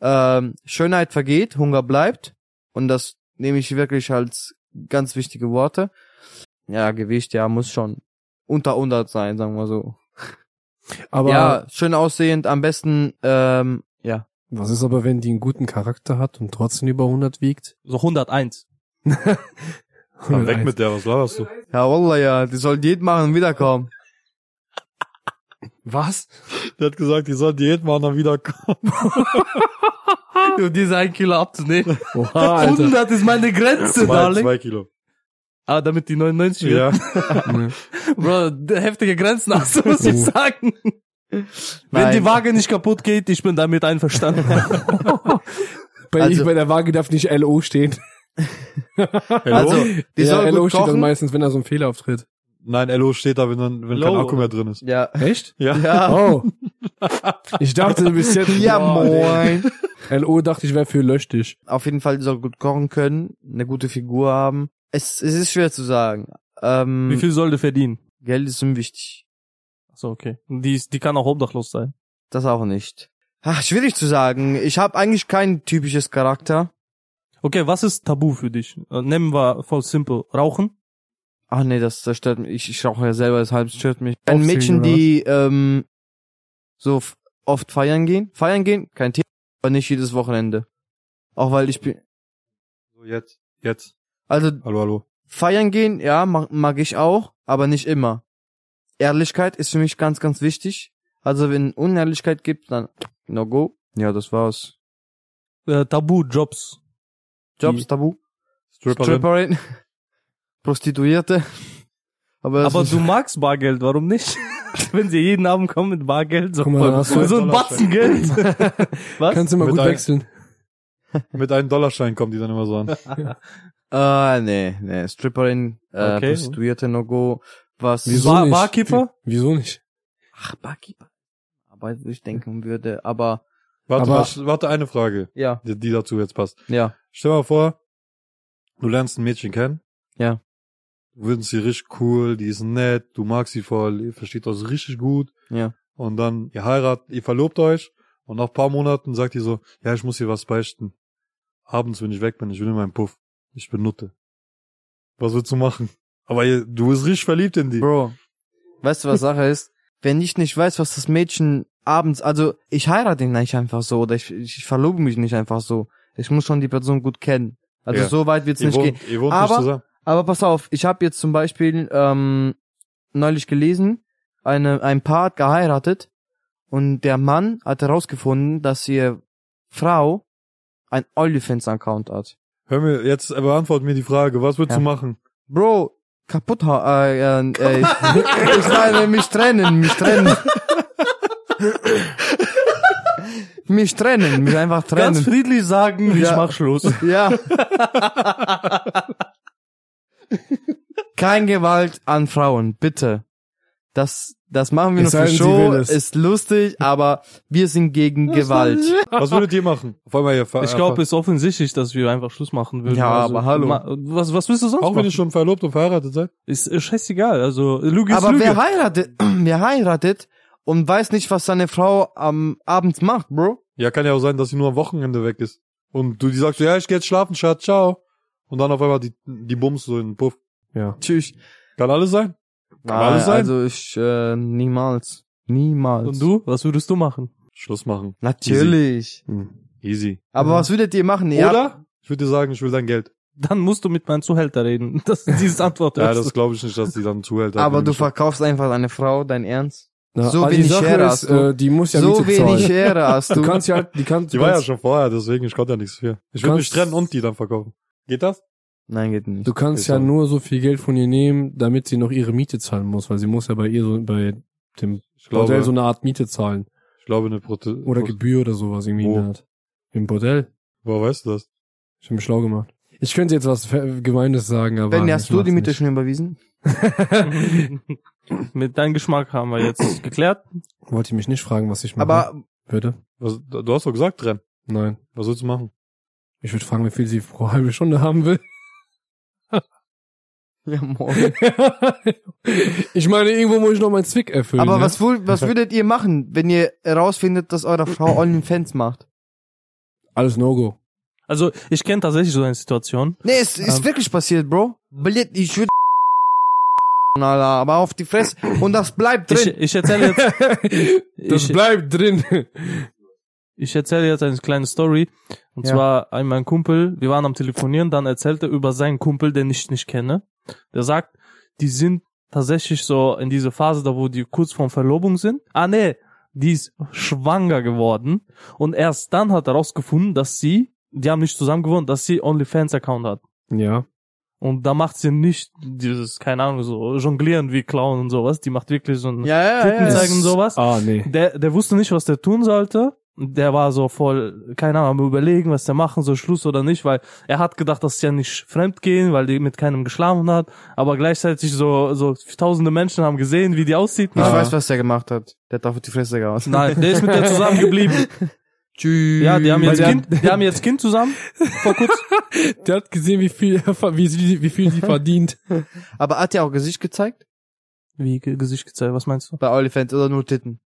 [SPEAKER 1] ähm, Schönheit vergeht, Hunger bleibt. Und das nehme ich wirklich als ganz wichtige Worte. Ja, Gewicht, ja, muss schon unter 100 sein, sagen wir so.
[SPEAKER 4] Aber
[SPEAKER 1] ja, schön aussehend, am besten, ähm, ja.
[SPEAKER 4] was ist aber, wenn die einen guten Charakter hat und trotzdem über 100 wiegt?
[SPEAKER 2] So 101.
[SPEAKER 3] Dann weg mit der, was laberst du?
[SPEAKER 1] Ja, Wallah, ja, die soll Diät machen und wiederkommen.
[SPEAKER 4] Was?
[SPEAKER 3] Der hat gesagt, die soll Diät machen, dann wieder kommen.
[SPEAKER 2] Um diese ein Kilo abzunehmen.
[SPEAKER 4] Oha, Alter.
[SPEAKER 2] ist meine Grenze,
[SPEAKER 3] Zwei, zwei Kilo.
[SPEAKER 2] Ah, damit die 99 wird.
[SPEAKER 3] Ja.
[SPEAKER 2] Bro, heftige Grenzen hast du, muss
[SPEAKER 4] ich
[SPEAKER 2] ich sagen. Wenn
[SPEAKER 1] Uh. Nein.
[SPEAKER 2] die Waage nicht kaputt geht, ich bin damit einverstanden.
[SPEAKER 4] bei,
[SPEAKER 1] Also-
[SPEAKER 4] ich, bei der Waage darf nicht LO stehen.
[SPEAKER 3] Hello?
[SPEAKER 1] Also, die
[SPEAKER 4] ja,
[SPEAKER 1] soll
[SPEAKER 4] LO
[SPEAKER 1] gut
[SPEAKER 4] steht dann
[SPEAKER 1] kochen.
[SPEAKER 4] meistens, wenn da so ein Fehler auftritt.
[SPEAKER 3] Nein, LO steht da, wenn, dann, wenn kein
[SPEAKER 2] Low.
[SPEAKER 3] Akku mehr drin ist.
[SPEAKER 1] Ja.
[SPEAKER 4] Echt?
[SPEAKER 3] Ja.
[SPEAKER 1] Ja,
[SPEAKER 4] Oh. Ich dachte, du bist jetzt...
[SPEAKER 1] ja
[SPEAKER 4] Boah, Digga.
[SPEAKER 1] moin.
[SPEAKER 4] LO dachte ich, wäre für lösch dich.
[SPEAKER 1] auf jeden Fall soll gut kochen können, eine gute Figur haben. Es, es ist schwer zu sagen. Ähm,
[SPEAKER 2] Wie viel soll der verdienen?
[SPEAKER 1] Geld ist unwichtig.
[SPEAKER 2] So, okay. Die, ist, die kann auch obdachlos sein.
[SPEAKER 1] Das auch nicht. Ach, schwierig zu sagen. Ich habe eigentlich kein typisches Charakter.
[SPEAKER 2] Okay, was ist Tabu für dich? Äh, Nehmen wir voll simple. Rauchen?
[SPEAKER 1] Ach Ah, nee, das, das stört mich. Ich, ich rauche ja selber, deshalb stört mich. Ein
[SPEAKER 4] Aufziehen,
[SPEAKER 1] Mädchen,
[SPEAKER 4] oder
[SPEAKER 1] die ähm, so f- oft feiern gehen. Feiern gehen, kein Thema, aber nicht jedes Wochenende. Auch weil ich bin.
[SPEAKER 3] So, jetzt, jetzt.
[SPEAKER 1] Also
[SPEAKER 3] Hallo, hallo.
[SPEAKER 1] Feiern gehen, ja, mag, mag ich auch, aber nicht immer. Ehrlichkeit ist für mich ganz, ganz wichtig. Also wenn Unehrlichkeit gibt, dann no go. Ja, das war's.
[SPEAKER 2] Äh, Tabu, Jobs.
[SPEAKER 1] Jobs,
[SPEAKER 2] Die-
[SPEAKER 1] Tabu,
[SPEAKER 3] Stripperin.
[SPEAKER 1] Stripperin, Prostituierte. Aber, das
[SPEAKER 2] Aber
[SPEAKER 1] ist-
[SPEAKER 2] du magst Bargeld, warum nicht? Wenn sie jeden Abend kommen mit Bargeld, so,
[SPEAKER 4] Guck mal, da hast
[SPEAKER 2] so,
[SPEAKER 4] du-
[SPEAKER 2] so ein Batzen Geld. was?
[SPEAKER 4] Kannst du mal
[SPEAKER 3] Mit
[SPEAKER 4] gut
[SPEAKER 3] ein-
[SPEAKER 4] wechseln.
[SPEAKER 3] Mit einem Dollarschein kommt die dann immer so an.
[SPEAKER 1] Ah, nee, nee, Stripperin, äh,
[SPEAKER 2] Okay.
[SPEAKER 1] Prostituierte, no go. Was?
[SPEAKER 4] Wieso
[SPEAKER 2] Bar-
[SPEAKER 4] nicht?
[SPEAKER 2] Barkeeper?
[SPEAKER 4] Wieso nicht?
[SPEAKER 1] Ach, Barkeeper. Aber wo ich denken würde, aber
[SPEAKER 3] Warte,
[SPEAKER 4] Aber-
[SPEAKER 3] was- warte, eine Frage,
[SPEAKER 1] ja,
[SPEAKER 3] die, die dazu jetzt passt.
[SPEAKER 1] ja.
[SPEAKER 3] Stell dir mal vor, du lernst ein Mädchen kennen.
[SPEAKER 1] Ja.
[SPEAKER 3] Du findest sie richtig cool, die ist nett, du magst sie voll, ihr versteht das richtig gut.
[SPEAKER 1] Ja.
[SPEAKER 3] Und dann, ihr heiratet, ihr verlobt euch und nach paar Monaten sagt die so, ja, ich muss hier was beichten. Abends, wenn ich weg bin, ich will in meinen Puff. Ich bin Nutte. Was willst du machen? Aber ihr- du bist richtig verliebt in die.
[SPEAKER 1] Bro, weißt du, was Sache ist? Wenn ich nicht weiß, was das Mädchen abends, also ich heirate ihn nicht einfach so oder ich, ich, ich verlobe mich nicht einfach so. Ich muss schon die Person gut kennen. Also
[SPEAKER 3] Ja.
[SPEAKER 1] so weit wird's
[SPEAKER 3] Ihr
[SPEAKER 1] nicht gehen.
[SPEAKER 3] wohnt, ihr wohnt
[SPEAKER 1] Aber-
[SPEAKER 3] nicht zusammen.
[SPEAKER 1] Aber pass auf, ich habe jetzt zum Beispiel ähm, neulich gelesen, eine, ein Paar hat geheiratet und der Mann hat herausgefunden, dass ihr Frau ein OnlyFans-Account hat.
[SPEAKER 3] Hör mir, jetzt beantwortet mir die Frage, was willst
[SPEAKER 1] Ja.
[SPEAKER 3] du machen?
[SPEAKER 1] Bro, kaputt, ha- äh, äh, äh, ich meine, mich trennen, mich trennen. mich trennen, mich einfach
[SPEAKER 2] Ganz
[SPEAKER 1] trennen.
[SPEAKER 2] friedlich sagen, ich
[SPEAKER 1] Ja.
[SPEAKER 2] mach Schluss.
[SPEAKER 1] Ja. Kein Gewalt an Frauen, bitte. Das, das machen wir
[SPEAKER 4] Es
[SPEAKER 1] nur für
[SPEAKER 4] sei denn, sie
[SPEAKER 1] Show,
[SPEAKER 4] will es.
[SPEAKER 1] ist lustig, aber wir sind gegen Gewalt.
[SPEAKER 3] Was würdet ihr machen? Auf einmal ihr ver-
[SPEAKER 2] Ich glaube, es ist offensichtlich, dass wir einfach Schluss machen würden. Also,
[SPEAKER 1] Ja, aber hallo.
[SPEAKER 2] ma- Was, was willst du sonst
[SPEAKER 3] auch wenn
[SPEAKER 2] machen?
[SPEAKER 3] ihr schon verlobt und verheiratet seid?
[SPEAKER 2] Ist äh, scheißegal. Also, Lüge ist
[SPEAKER 1] Aber
[SPEAKER 2] Lüge.
[SPEAKER 1] wer heiratet, wer heiratet und weiß nicht, was seine Frau am Abend macht, Bro?
[SPEAKER 3] Ja, kann ja auch sein, dass sie nur am Wochenende weg ist. Und du die sagst, ja, ich geh jetzt schlafen, Schatz, ciao. Und dann auf einmal die, die Bums so in den Puff.
[SPEAKER 1] Tschüss.
[SPEAKER 3] Kann alles sein. Kann alles sein.
[SPEAKER 1] Also ich äh, niemals. Niemals.
[SPEAKER 2] Und du? Was würdest du machen?
[SPEAKER 3] Schluss machen.
[SPEAKER 1] Natürlich.
[SPEAKER 3] Easy.
[SPEAKER 1] Aber was würdet ihr machen? Ihr habt-
[SPEAKER 3] Oder? Ich würde dir sagen, ich will dein Geld.
[SPEAKER 2] Dann musst du mit meinem Zuhälter reden. Das ist dieses Antwort.
[SPEAKER 3] Ja,
[SPEAKER 2] hörst
[SPEAKER 3] das glaube ich nicht, dass die dann zuhält.
[SPEAKER 1] aber du verkaufst einfach deine Frau, dein Ernst?
[SPEAKER 4] Na,
[SPEAKER 1] So
[SPEAKER 4] aber die
[SPEAKER 1] wenig
[SPEAKER 4] Sache
[SPEAKER 1] Ehre
[SPEAKER 4] ist,
[SPEAKER 1] hast du.
[SPEAKER 4] Äh, die muss ja
[SPEAKER 1] so
[SPEAKER 4] Miete zahlen.
[SPEAKER 1] wenig Ehre hast
[SPEAKER 4] Du
[SPEAKER 1] du.
[SPEAKER 4] kannst ja halt, die kannst,
[SPEAKER 3] Die
[SPEAKER 4] du
[SPEAKER 3] war ja
[SPEAKER 4] kannst,
[SPEAKER 3] schon vorher, deswegen, ich konnte ja nichts für. Ich würde mich
[SPEAKER 4] Kannst-
[SPEAKER 3] trennen und die dann verkaufen. Geht das?
[SPEAKER 1] Nein, geht nicht.
[SPEAKER 4] du kannst ja
[SPEAKER 3] Ist so.
[SPEAKER 4] nur so viel Geld von ihr nehmen, damit sie noch ihre Miete zahlen muss, weil sie muss ja bei ihr so, bei dem
[SPEAKER 3] Ich
[SPEAKER 4] Bordell
[SPEAKER 3] glaube,
[SPEAKER 4] so eine Art Miete zahlen.
[SPEAKER 3] ich glaube eine Prote...
[SPEAKER 4] Oder
[SPEAKER 3] Prote-
[SPEAKER 4] Gebühr oder sowas irgendwie in
[SPEAKER 3] Wo?
[SPEAKER 4] der Art. Im Bordell.
[SPEAKER 3] Woher weißt du das?
[SPEAKER 4] Ich habe mich schlau gemacht. Ich könnte jetzt was Fe- Gemeines sagen, aber.
[SPEAKER 1] Benny,
[SPEAKER 4] ich
[SPEAKER 1] hast du die
[SPEAKER 4] mach's
[SPEAKER 1] Miete
[SPEAKER 4] nicht.
[SPEAKER 1] schon überwiesen?
[SPEAKER 2] Mit deinem Geschmack haben wir jetzt geklärt.
[SPEAKER 4] Wollt ihr mich nicht fragen, was ich mache?
[SPEAKER 1] Aber
[SPEAKER 4] Würde?
[SPEAKER 3] Was, du hast doch gesagt, trennen.
[SPEAKER 4] Nein.
[SPEAKER 3] Was willst du machen?
[SPEAKER 4] Ich würde fragen, wie viel sie pro halbe Stunde haben will.
[SPEAKER 1] ja, morgen.
[SPEAKER 4] ich meine, irgendwo muss ich noch meinen Zwick erfüllen.
[SPEAKER 1] Aber
[SPEAKER 4] ne?
[SPEAKER 1] was, wür- was würdet ihr machen, wenn ihr herausfindet, dass eure Frau OnlyFans macht?
[SPEAKER 4] Alles No-Go.
[SPEAKER 2] Also, ich kenne tatsächlich so eine Situation.
[SPEAKER 1] Nee, es ist
[SPEAKER 2] Ähm.
[SPEAKER 1] wirklich passiert, Bro. Blöd, Ich würde aber auf die Fresse und das bleibt
[SPEAKER 2] Ich,
[SPEAKER 1] drin.
[SPEAKER 2] ich erzähle jetzt,
[SPEAKER 4] Das
[SPEAKER 2] ich,
[SPEAKER 4] bleibt drin.
[SPEAKER 2] ich erzähle jetzt eine kleine Story. Und
[SPEAKER 1] Ja.
[SPEAKER 2] zwar ein mein Kumpel, wir waren am Telefonieren, dann erzählte er über seinen Kumpel, den ich nicht kenne. Der sagt, die sind tatsächlich so in diese Phase, da wo die kurz vorm Verlobung sind. Ah, nee, die ist schwanger geworden. Und erst dann hat er rausgefunden, dass sie, die haben nicht zusammen gewohnt, dass sie OnlyFans-Account hat.
[SPEAKER 4] ja.
[SPEAKER 2] Und da macht sie nicht dieses, keine Ahnung, so jonglieren wie Clown und sowas. Die macht wirklich so ein
[SPEAKER 1] Ja, ja,
[SPEAKER 2] Titten
[SPEAKER 1] ja.
[SPEAKER 2] zeigen und sowas.
[SPEAKER 4] Ah, nee.
[SPEAKER 2] Der, der wusste nicht, was der tun sollte. Der war so voll, keine Ahnung, am überlegen, was der machen soll, Schluss oder nicht, weil er hat gedacht, dass sie ja nicht fremd gehen, weil die mit keinem geschlafen hat. Aber gleichzeitig so, so tausende Menschen haben gesehen, wie die aussieht.
[SPEAKER 1] Ich
[SPEAKER 2] ne?
[SPEAKER 1] weiß, was der gemacht hat. Der hat auf die Fresse gehauen.
[SPEAKER 2] Nein, der ist mit der zusammengeblieben.
[SPEAKER 1] Tschüss.
[SPEAKER 2] Ja, die haben jetzt
[SPEAKER 1] Weil
[SPEAKER 2] Kind, die haben jetzt Kind zusammen. Vor kurzem.
[SPEAKER 4] Der hat gesehen, wie viel, er ver- wie, sie, wie viel sie verdient.
[SPEAKER 1] Aber hat er auch Gesicht gezeigt?
[SPEAKER 2] Wie Ge- Gesicht gezeigt, was meinst du?
[SPEAKER 1] Bei OnlyFans oder nur Titten?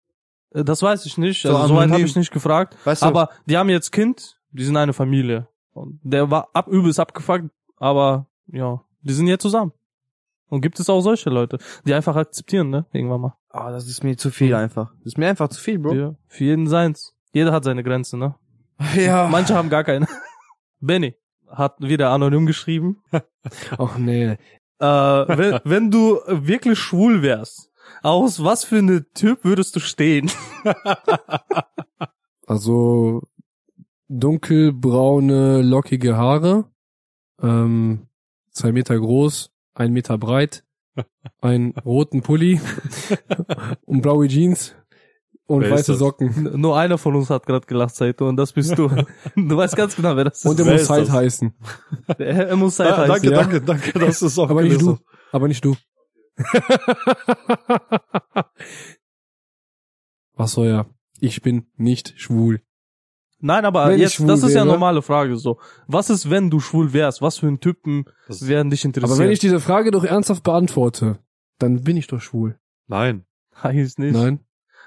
[SPEAKER 2] Äh, Das weiß ich nicht,
[SPEAKER 1] So
[SPEAKER 2] also soweit habe
[SPEAKER 1] anonym.
[SPEAKER 2] ich nicht gefragt.
[SPEAKER 1] Weißt du?
[SPEAKER 2] Aber die haben jetzt Kind, die sind eine Familie. Und der war ab übelst abgefuckt, aber ja, die sind jetzt zusammen. Und gibt es auch solche Leute, die einfach akzeptieren, ne? Irgendwann mal.
[SPEAKER 1] Ah, das ist mir zu viel einfach. Das ist mir einfach zu viel, Bro.
[SPEAKER 2] Ja, für jeden seins. Jeder hat seine Grenze, ne?
[SPEAKER 1] Ja.
[SPEAKER 2] Manche haben gar keine. Benny hat wieder anonym geschrieben.
[SPEAKER 4] Ach, nee.
[SPEAKER 2] Äh, wenn, wenn du wirklich schwul wärst, aus was für eine Typ würdest du stehen?
[SPEAKER 4] Also, dunkelbraune, lockige Haare, ähm, zwei Meter groß, ein Meter breit, einen roten Pulli und blaue Jeans und
[SPEAKER 3] Wer ist
[SPEAKER 4] weiße
[SPEAKER 3] das?
[SPEAKER 4] Socken.
[SPEAKER 2] Nur einer von uns hat gerade gelacht, Saito, und das bist du. Du weißt ganz genau, wer das ist.
[SPEAKER 4] Und er
[SPEAKER 3] Wer
[SPEAKER 4] muss
[SPEAKER 3] ist
[SPEAKER 4] Zeit
[SPEAKER 3] das?
[SPEAKER 4] heißen.
[SPEAKER 2] er, er muss Zeit
[SPEAKER 3] Ah,
[SPEAKER 2] heißen.
[SPEAKER 3] danke,
[SPEAKER 4] ja.
[SPEAKER 3] danke, danke, dass du es auch
[SPEAKER 4] Aber nicht
[SPEAKER 3] gelöst
[SPEAKER 4] du. Aber nicht du. Was soll ja? Ich bin nicht schwul.
[SPEAKER 2] Nein, aber
[SPEAKER 4] Wenn ich
[SPEAKER 2] jetzt,
[SPEAKER 4] schwul
[SPEAKER 2] das ist ja
[SPEAKER 4] wäre.
[SPEAKER 2] normale Frage so. Was ist, wenn du schwul wärst? Was für einen Typen
[SPEAKER 3] hast. Das-
[SPEAKER 2] werden dich interessieren?
[SPEAKER 4] Aber wenn ich diese Frage doch ernsthaft beantworte, dann bin ich doch schwul.
[SPEAKER 3] Nein.
[SPEAKER 2] Heißt nicht.
[SPEAKER 4] Nein?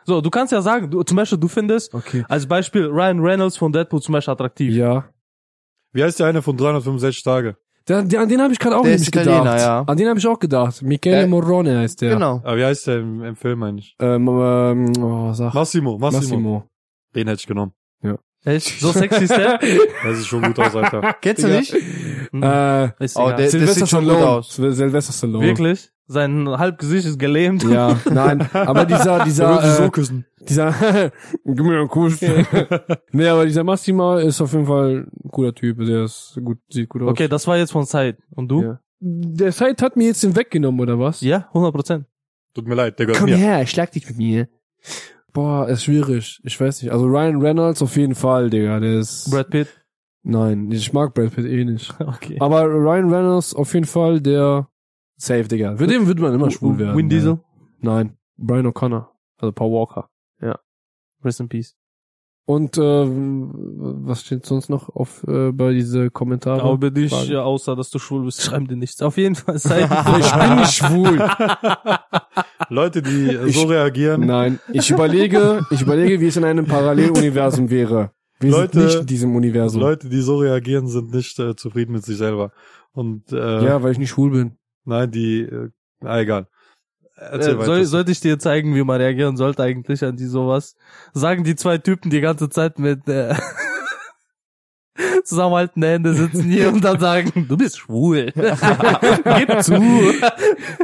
[SPEAKER 2] So, du kannst ja sagen, du, zum Beispiel, du findest
[SPEAKER 4] Okay.
[SPEAKER 2] als Beispiel Ryan Reynolds von Deadpool zum Beispiel attraktiv.
[SPEAKER 4] Ja.
[SPEAKER 3] Wie heißt der eine von 365 Tage?
[SPEAKER 4] Der, der, an den habe ich gerade auch
[SPEAKER 1] Der ist
[SPEAKER 4] nämlich
[SPEAKER 1] Italiener,
[SPEAKER 4] gedacht.
[SPEAKER 1] ja.
[SPEAKER 4] An den habe ich auch gedacht. Michele
[SPEAKER 1] Der-
[SPEAKER 4] Morrone heißt der.
[SPEAKER 1] Genau.
[SPEAKER 3] Aber wie heißt der im, im Film eigentlich?
[SPEAKER 4] Ähm, ähm, oh, sag.
[SPEAKER 3] Massimo, Massimo.
[SPEAKER 4] Massimo.
[SPEAKER 3] Den hätte ich genommen.
[SPEAKER 2] Echt? So sexy ist der?
[SPEAKER 3] Der sieht schon gut aus, Alter.
[SPEAKER 1] Kennst du
[SPEAKER 4] Digga.
[SPEAKER 1] nicht?
[SPEAKER 4] Äh,
[SPEAKER 2] Ist
[SPEAKER 1] Oh,
[SPEAKER 2] egal.
[SPEAKER 1] der-
[SPEAKER 4] Silvester
[SPEAKER 1] sieht schon gut
[SPEAKER 4] Stallone.
[SPEAKER 1] aus.
[SPEAKER 4] Sil- Silvester Stallone.
[SPEAKER 2] Wirklich? Sein Halbgesicht ist gelähmt.
[SPEAKER 4] Ja, nein, aber dieser,
[SPEAKER 3] Der würde sich
[SPEAKER 4] dieser,
[SPEAKER 3] so
[SPEAKER 4] äh,
[SPEAKER 3] küssen.
[SPEAKER 4] dieser, gib mir einen Kuss. nee, aber dieser Massimo ist auf jeden Fall ein cooler Typ, der ist gut, sieht gut aus.
[SPEAKER 2] Okay, das war jetzt von Zeit. Und du?
[SPEAKER 4] Ja. Der Zeit hat mir jetzt den weggenommen, oder was?
[SPEAKER 2] Ja, 100 Prozent.
[SPEAKER 3] Tut mir leid, der gehört mir.
[SPEAKER 4] her, schlag dich mit mir. Boah, ist schwierig. Ich weiß nicht. Also Ryan Reynolds auf jeden Fall, Digga. Der ist.
[SPEAKER 2] Brad Pitt.
[SPEAKER 4] Nein, ich mag Brad Pitt eh nicht.
[SPEAKER 2] Okay.
[SPEAKER 4] Aber Ryan Reynolds auf jeden Fall der Safe, Digga. Für den würde man immer schwul werden.
[SPEAKER 2] Win Diesel.
[SPEAKER 4] Ja. Nein, Brian O'Connor. Also Paul Walker.
[SPEAKER 2] Rest in Peace.
[SPEAKER 4] Und äh, was steht sonst noch auf äh, bei diese Kommentare?
[SPEAKER 2] Aber bei dich,
[SPEAKER 4] Fragen.
[SPEAKER 2] ja, außer dass du schwul bist, schreiben dir nichts. Auf jeden Fall Zeit.
[SPEAKER 4] Ich bin nicht schwul.
[SPEAKER 3] Leute, die äh, so
[SPEAKER 4] Ich-
[SPEAKER 3] reagieren.
[SPEAKER 4] Nein, ich überlege, ich überlege, wie es in einem Paralleluniversum wäre. Wir
[SPEAKER 3] Leute-
[SPEAKER 4] sind nicht in diesem Universum.
[SPEAKER 3] Leute, die so reagieren, sind nicht äh, zufrieden mit sich selber. Und äh,
[SPEAKER 4] Ja, weil ich nicht schwul bin.
[SPEAKER 3] nein, die äh, ah, egal. Erzähl
[SPEAKER 2] Äh,
[SPEAKER 3] weiter.
[SPEAKER 2] soll, sollte ich dir zeigen, wie man reagieren sollte eigentlich an die sowas? Sagen die zwei Typen die ganze Zeit mit äh, zusammenhaltenden Hände sitzen hier und dann sagen, du bist schwul. Gib zu.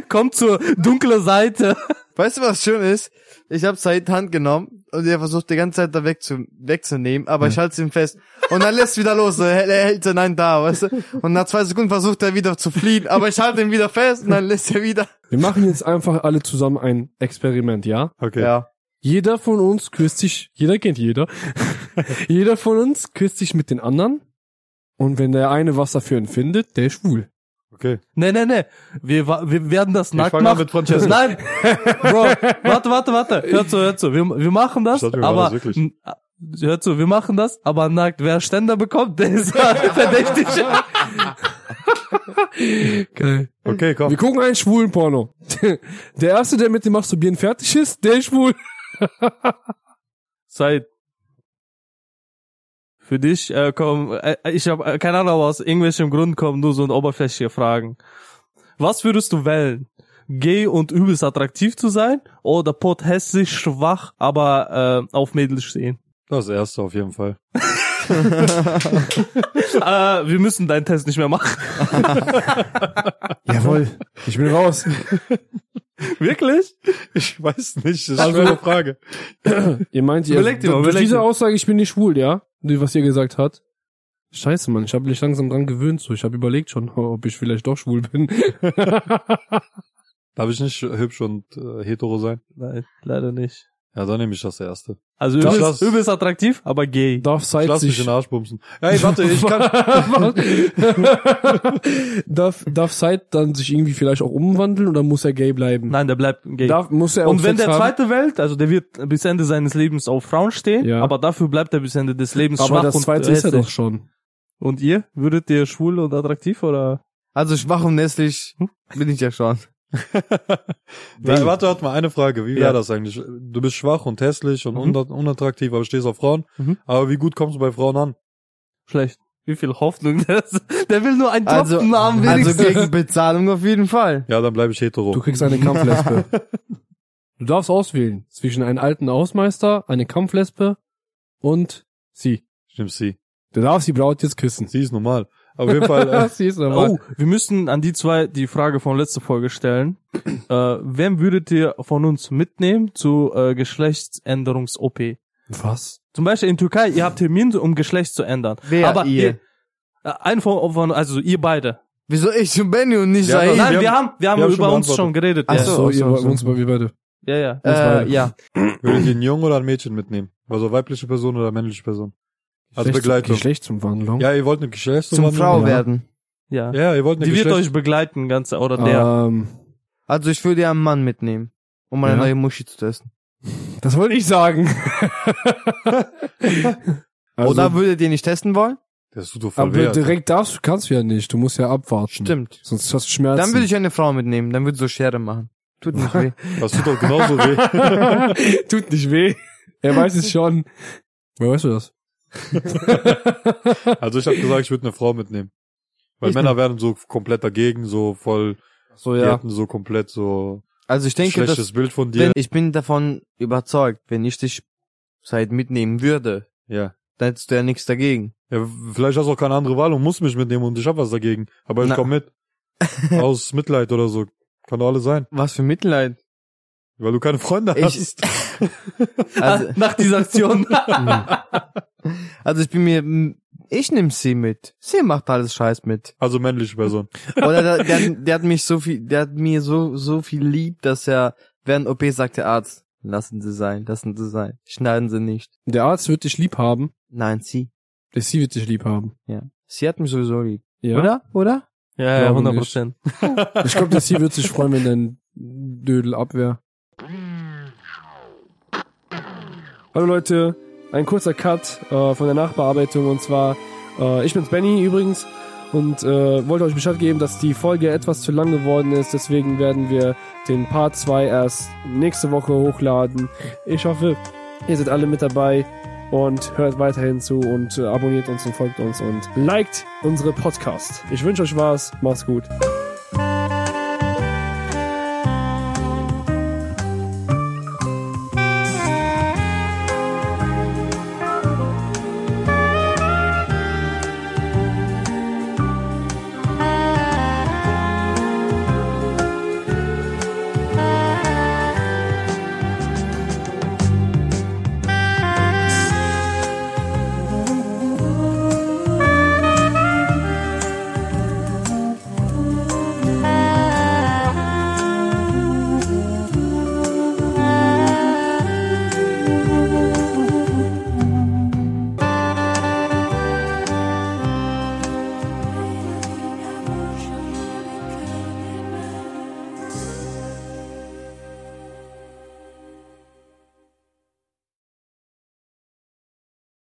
[SPEAKER 2] Komm zur dunklen Seite.
[SPEAKER 1] Weißt du, was schön ist? Ich habe Said Hand genommen und er versucht die ganze Zeit da wegzu wegzunehmen, aber ich halte ihn fest. Und dann lässt wieder los, er hält- er hält seine Hand da, weißt du? Und nach zwei Sekunden versucht er wieder zu fliehen, aber ich halte ihn wieder fest und dann lässt er wieder.
[SPEAKER 4] Wir machen jetzt einfach alle zusammen ein Experiment, ja?
[SPEAKER 3] okay.
[SPEAKER 1] Ja.
[SPEAKER 4] Jeder von uns küsst sich, jeder kennt jeder. jeder von uns küsst sich mit den anderen. Und wenn der eine was dafür empfindet, der ist schwul.
[SPEAKER 3] Okay.
[SPEAKER 2] Nee, nee, nee. Wir, wa- wir werden das nackt
[SPEAKER 3] fang an
[SPEAKER 2] machen.
[SPEAKER 3] mit Francesco.
[SPEAKER 2] Nein. Bro, warte, warte, warte. Hör zu, hör zu. Wir, wir machen das,
[SPEAKER 3] Ich dachte, wir machen
[SPEAKER 2] aber...
[SPEAKER 3] das wirklich.
[SPEAKER 2] n- Hör zu, wir machen das, aber nackt. Wer Ständer bekommt, der ist verdächtig.
[SPEAKER 4] Geil.
[SPEAKER 3] Okay, komm.
[SPEAKER 4] Wir gucken einen schwulen Porno. Der erste, der mit dem Masturbieren fertig ist, der ist schwul.
[SPEAKER 2] Zeit. Für dich äh, kommen, äh, ich habe äh, keine Ahnung, aber aus irgendwelchem Grund kommen nur so ein oberflächliche Fragen. Was würdest du wählen? Gay und übelst attraktiv zu sein oder pothässlich, schwach, aber äh, auf Mädels stehen?
[SPEAKER 3] Das erste auf jeden Fall.
[SPEAKER 2] äh, wir müssen deinen Test nicht mehr machen.
[SPEAKER 4] Jawohl. Ich bin raus.
[SPEAKER 2] Wirklich?
[SPEAKER 3] Ich weiß nicht, das ist
[SPEAKER 4] Also-
[SPEAKER 3] also, eine Frage.
[SPEAKER 4] Ihr meint, ihr,
[SPEAKER 2] Überleg dir mal,
[SPEAKER 4] durch
[SPEAKER 2] überleg
[SPEAKER 4] diese
[SPEAKER 2] dir.
[SPEAKER 4] Aussage, ich bin nicht schwul, ja? Die, Was ihr gesagt habt. Scheiße, Mann, ich habe mich langsam dran gewöhnt. So, ich habe überlegt schon, ob ich vielleicht doch schwul bin.
[SPEAKER 3] Darf ich nicht hübsch und äh, hetero sein?
[SPEAKER 2] Nein, leider nicht.
[SPEAKER 3] Ja, dann nehme ich das erste.
[SPEAKER 2] Also
[SPEAKER 4] Das-
[SPEAKER 2] übelst, übelst attraktiv, aber gay.
[SPEAKER 4] Darf
[SPEAKER 3] Ich
[SPEAKER 4] Zeit
[SPEAKER 3] lass mich in
[SPEAKER 4] sich
[SPEAKER 3] den Arsch bumsen. Ey, warte, ich kann.
[SPEAKER 4] darf darf Said dann sich irgendwie vielleicht auch umwandeln oder muss er gay bleiben?
[SPEAKER 2] Nein, der bleibt gay.
[SPEAKER 4] Darf, muss er auch
[SPEAKER 2] Und wenn
[SPEAKER 4] Sex
[SPEAKER 2] der
[SPEAKER 4] haben?
[SPEAKER 2] zweite wählt, also der wird bis Ende seines Lebens auf Frauen stehen,
[SPEAKER 4] Ja.
[SPEAKER 2] aber dafür bleibt er bis Ende des Lebens
[SPEAKER 4] aber
[SPEAKER 2] schwach
[SPEAKER 4] das
[SPEAKER 2] und
[SPEAKER 4] zweite ist er
[SPEAKER 2] hässlich.
[SPEAKER 4] doch schon.
[SPEAKER 2] Und ihr? Würdet ihr schwul und attraktiv oder?
[SPEAKER 1] Also schwach und hässlich bin ich ja schon.
[SPEAKER 3] Warte, warte, warte mal eine Frage. Wie wäre
[SPEAKER 2] Ja.
[SPEAKER 3] das eigentlich? Du bist schwach und hässlich und
[SPEAKER 2] Mhm.
[SPEAKER 3] unat- unattraktiv, aber stehst auf Frauen.
[SPEAKER 2] Mhm.
[SPEAKER 3] Aber wie gut kommst du bei Frauen an?
[SPEAKER 2] Schlecht. Wie viel Hoffnung das? Der will nur einen
[SPEAKER 1] Also,
[SPEAKER 2] Tropfen haben
[SPEAKER 1] also
[SPEAKER 2] wenigstens.
[SPEAKER 1] gegen Bezahlung auf jeden Fall.
[SPEAKER 3] Ja, dann bleibe ich hetero.
[SPEAKER 4] Du kriegst eine Kampflesbe. du darfst auswählen zwischen einem alten Hausmeister, eine Kampflesbe und sie.
[SPEAKER 3] Ich nehme sie.
[SPEAKER 4] Du darfst die Braut jetzt küssen.
[SPEAKER 3] Sie ist normal. Auf jeden Fall. Äh,
[SPEAKER 4] sie ist aber.
[SPEAKER 2] oh, wir müssen an die zwei die Frage von letzter Folge stellen. äh, wem würdet ihr von uns mitnehmen zu äh, Geschlechtsänderungs-OP?
[SPEAKER 4] Was?
[SPEAKER 2] Zum Beispiel in Türkei, ihr habt Termin, um Geschlecht zu ändern.
[SPEAKER 1] Wer
[SPEAKER 2] aber
[SPEAKER 1] ihr?
[SPEAKER 2] Äh, ein von, von, also ihr beide.
[SPEAKER 1] Wieso ich und Benny und nicht
[SPEAKER 3] Ja,
[SPEAKER 1] Said? Äh,
[SPEAKER 2] Nein, wir,
[SPEAKER 3] wir
[SPEAKER 2] haben, wir haben,
[SPEAKER 3] wir haben schon
[SPEAKER 2] über uns
[SPEAKER 3] beantwortet.
[SPEAKER 2] schon geredet.
[SPEAKER 1] Ach
[SPEAKER 2] ja.
[SPEAKER 4] Ach
[SPEAKER 1] so,
[SPEAKER 4] so, ihr
[SPEAKER 1] so,
[SPEAKER 4] wollt
[SPEAKER 1] so,
[SPEAKER 4] uns
[SPEAKER 1] so.
[SPEAKER 4] wir beide.
[SPEAKER 2] ja, ja.
[SPEAKER 1] äh,
[SPEAKER 4] beide.
[SPEAKER 1] ja.
[SPEAKER 3] Würdet ihr einen Jungen oder ein Mädchen mitnehmen? Also weibliche Person oder männliche Person? Als
[SPEAKER 4] Geschlechts-
[SPEAKER 3] Begleitung.
[SPEAKER 4] Geschlechtsumwandlung.
[SPEAKER 3] Ja, ihr wollt eine Geschlechtsumwandlung?
[SPEAKER 1] Zum Frau
[SPEAKER 4] ja.
[SPEAKER 1] werden.
[SPEAKER 2] ja.
[SPEAKER 3] Ja, ihr wollt eine
[SPEAKER 2] Die wird
[SPEAKER 3] Geschlechts-
[SPEAKER 2] euch begleiten, ganz, oder der.
[SPEAKER 4] Ähm,
[SPEAKER 1] Also ich würde ja einen Mann mitnehmen, um meine
[SPEAKER 4] Ja.
[SPEAKER 1] neue Muschi zu testen.
[SPEAKER 4] das wollte ich sagen. also,
[SPEAKER 1] Oder würdet ihr nicht testen wollen?
[SPEAKER 3] Das tut doch voll weh.
[SPEAKER 4] aber
[SPEAKER 3] Alter.
[SPEAKER 4] direkt darfst du, kannst du ja nicht. Du musst ja abwarten.
[SPEAKER 1] Stimmt.
[SPEAKER 4] Sonst hast du Schmerzen.
[SPEAKER 1] Dann würde ich eine Frau mitnehmen, dann würde ich so Schere machen. Tut nicht weh.
[SPEAKER 3] Das tut doch genauso weh.
[SPEAKER 4] Tut nicht weh. Er weiß es schon. Woher weißt du das?
[SPEAKER 3] Also ich habe gesagt, ich würde eine Frau mitnehmen. Weil
[SPEAKER 4] Ich
[SPEAKER 3] Männer werden so komplett dagegen, so voll,
[SPEAKER 1] So,
[SPEAKER 3] die
[SPEAKER 1] ja.
[SPEAKER 3] hatten so komplett so
[SPEAKER 1] Also ich
[SPEAKER 3] ein
[SPEAKER 1] denke,
[SPEAKER 3] schlechtes
[SPEAKER 1] dass,
[SPEAKER 3] Bild von dir.
[SPEAKER 1] wenn, ich bin davon überzeugt, wenn ich dich seit mitnehmen würde,
[SPEAKER 3] Ja.
[SPEAKER 1] dann hättest du ja nichts dagegen.
[SPEAKER 3] ja. Vielleicht hast du auch keine andere Wahl und musst mich mitnehmen und ich hab was dagegen. Aber ich
[SPEAKER 1] Na.
[SPEAKER 3] komm mit. Aus Mitleid oder so. Kann doch alles sein.
[SPEAKER 1] Was für Mitleid.
[SPEAKER 3] Weil du keine Freunde
[SPEAKER 1] Ich-
[SPEAKER 3] hast.
[SPEAKER 1] Also,
[SPEAKER 2] Nach dieser Aktion.
[SPEAKER 1] also ich bin mir, m, ich nehm sie mit. Sie macht alles Scheiß mit.
[SPEAKER 3] Also männliche Person.
[SPEAKER 1] Oder der, der, der hat mich so viel, der hat mir so, so viel lieb, dass er, während OP sagt der Arzt, lassen Sie sein, lassen Sie sein, schneiden Sie nicht.
[SPEAKER 4] Der Arzt wird dich lieb haben.
[SPEAKER 1] Nein, sie.
[SPEAKER 4] Der Sie wird dich lieb haben.
[SPEAKER 1] Ja. Sie hat mich sowieso lieb.
[SPEAKER 4] Ja.
[SPEAKER 1] Oder? Oder?
[SPEAKER 2] ja, ja,
[SPEAKER 4] Glaube
[SPEAKER 2] 100
[SPEAKER 4] nicht.
[SPEAKER 2] Prozent.
[SPEAKER 4] Ich glaube, der Sie wird sich freuen, wenn dein Dödel abwehr. Hallo Leute, ein kurzer Cut äh, von der Nachbearbeitung und zwar, äh, ich bin's Benny übrigens und äh, wollte euch Bescheid geben, dass die Folge etwas zu lang geworden ist, deswegen werden wir den Part 2 erst nächste Woche hochladen. Ich hoffe, ihr seid alle mit dabei und hört weiterhin zu und äh, abonniert uns und folgt uns und liked unsere Podcast. Ich wünsche euch was, macht's gut.